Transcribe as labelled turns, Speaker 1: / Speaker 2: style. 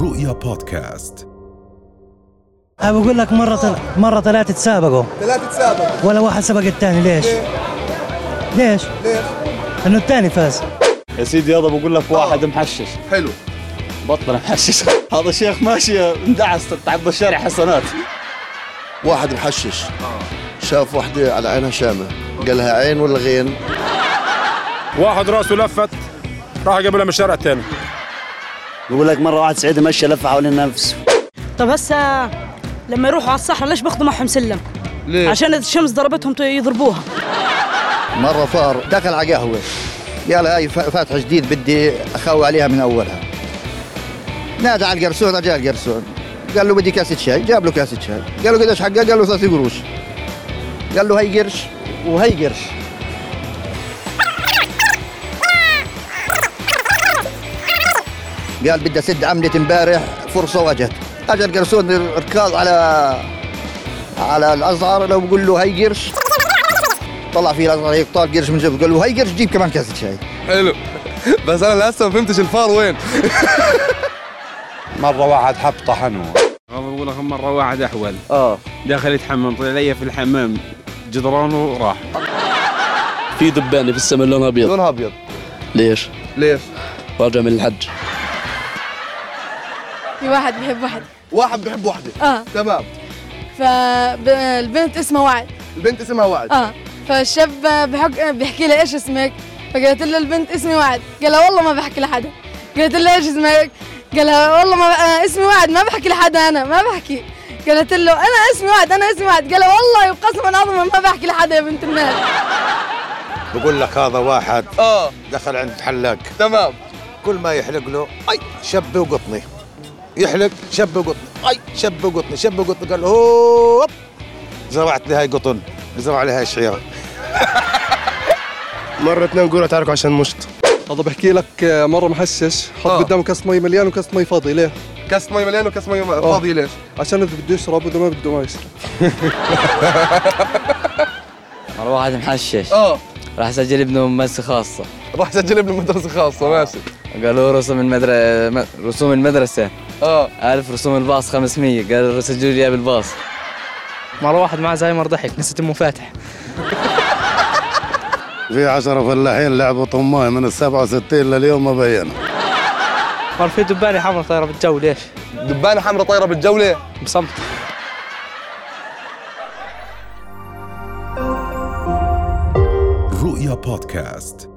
Speaker 1: رؤيا بودكاست
Speaker 2: أنا بقول لك مرة طل... مرة طلعت تسابقوا
Speaker 3: ثلاثة تسابق
Speaker 2: ولا واحد سبق الثاني ليش؟ ليش؟
Speaker 3: ليش؟
Speaker 2: انه الثاني فاز
Speaker 4: يا سيدي هذا بقول لك واحد محشش
Speaker 3: حلو
Speaker 4: بطنه محشش هذا شيخ ماشي اندعس تعب الشارع حسنات
Speaker 5: واحد محشش شاف وحدة على عينها شامة قال لها عين ولا غين
Speaker 6: واحد راسه لفت راح قبلها من الشارع الثاني
Speaker 4: بقول لك مره واحد سعيد مشى لفه حوالين نفسه
Speaker 7: طب هسه لما يروحوا على الصحراء ليش باخذوا معهم سلم؟
Speaker 3: ليه؟
Speaker 7: عشان اذا الشمس ضربتهم ت- يضربوها
Speaker 5: مرة فار دخل على قهوة قال هاي ف- فاتحة جديد بدي أخاوي عليها من أولها نادى على القرصون رجع القرصون قال له بدي كاسة شاي جاب له كاسة شاي قال له قديش حقها قال له ثلاثة قروش قال له هي قرش وهي قرش قال بدي اسد عملة امبارح فرصة واجهت اجى القرصون ركاض على على الازهر لو بقول له هي قرش طلع فيه الازهر هيك طال قرش من جيبه قال له هي قرش جيب كمان كاسة شاي
Speaker 3: حلو بس انا لسه ما فهمتش الفار وين
Speaker 8: مرة واحد حب طحنه
Speaker 6: والله بقول لك مرة واحد أحول
Speaker 5: اه
Speaker 6: داخل يتحمم طلع لي في الحمام جدران وراح
Speaker 4: في دبانه في السماء لونها ابيض
Speaker 5: لونها ابيض
Speaker 4: ليش؟
Speaker 3: ليش؟
Speaker 4: راجع من الحج
Speaker 9: في واحد بيحب واحد
Speaker 3: واحد بيحب وحدة
Speaker 9: اه
Speaker 3: تمام
Speaker 9: فالبنت اسمها وعد
Speaker 3: البنت اسمها وعد
Speaker 9: اه فالشاب بحك... بيحكي لها ايش اسمك فقالت له البنت اسمي وعد قال لها والله ما بحكي لحدا قالت له ايش اسمك قال لها والله ما آه اسمي وعد ما بحكي لحدا انا ما بحكي قالت له انا اسمي وعد انا اسمي وعد قال لها والله قسما عظما ما بحكي لحدا يا بنت الناس
Speaker 8: بقول لك هذا واحد
Speaker 3: اه
Speaker 8: دخل عند حلاق
Speaker 3: تمام
Speaker 8: كل ما يحلق له اي شبه وقطني يحلق شبه وقطني اي شبه وقطني شبه وقطني قال له هوب زرعت لي هاي قطن زرع لي هاي شعيره
Speaker 6: مرة اثنين قرة تعاركوا عشان مشط
Speaker 10: هذا بحكي لك آه، مرة محشش حط
Speaker 3: آه.
Speaker 10: قدامه كاس مي مليان وكاس مي فاضي ليه؟
Speaker 3: كاس مي مليان وكاس مي فاضي ليش؟
Speaker 10: عشان إذا بده يشرب وإذا ما بده ما يشرب
Speaker 4: مره واحد محشش
Speaker 3: اه
Speaker 4: راح اسجل ابنه مدرسه خاصه
Speaker 3: راح سجل ابن مدرسة خاصة ماشي
Speaker 4: قالوا رسوم المدرسه رسوم المدرسه
Speaker 3: اه
Speaker 4: عارف رسوم الباص 500 قالوا سجلوا لي بالباص
Speaker 2: مرة واحد مع زهايمر ضحك نسيت امه فاتح
Speaker 5: في عشرة فلاحين لعبوا طماي من السبعة وستين لليوم ما بينوا
Speaker 2: مرة في دبانة حمرا طايرة بالجو ليش؟
Speaker 3: دبانة حمراء طايرة بالجو ليه؟
Speaker 2: بصمت
Speaker 1: رؤيا بودكاست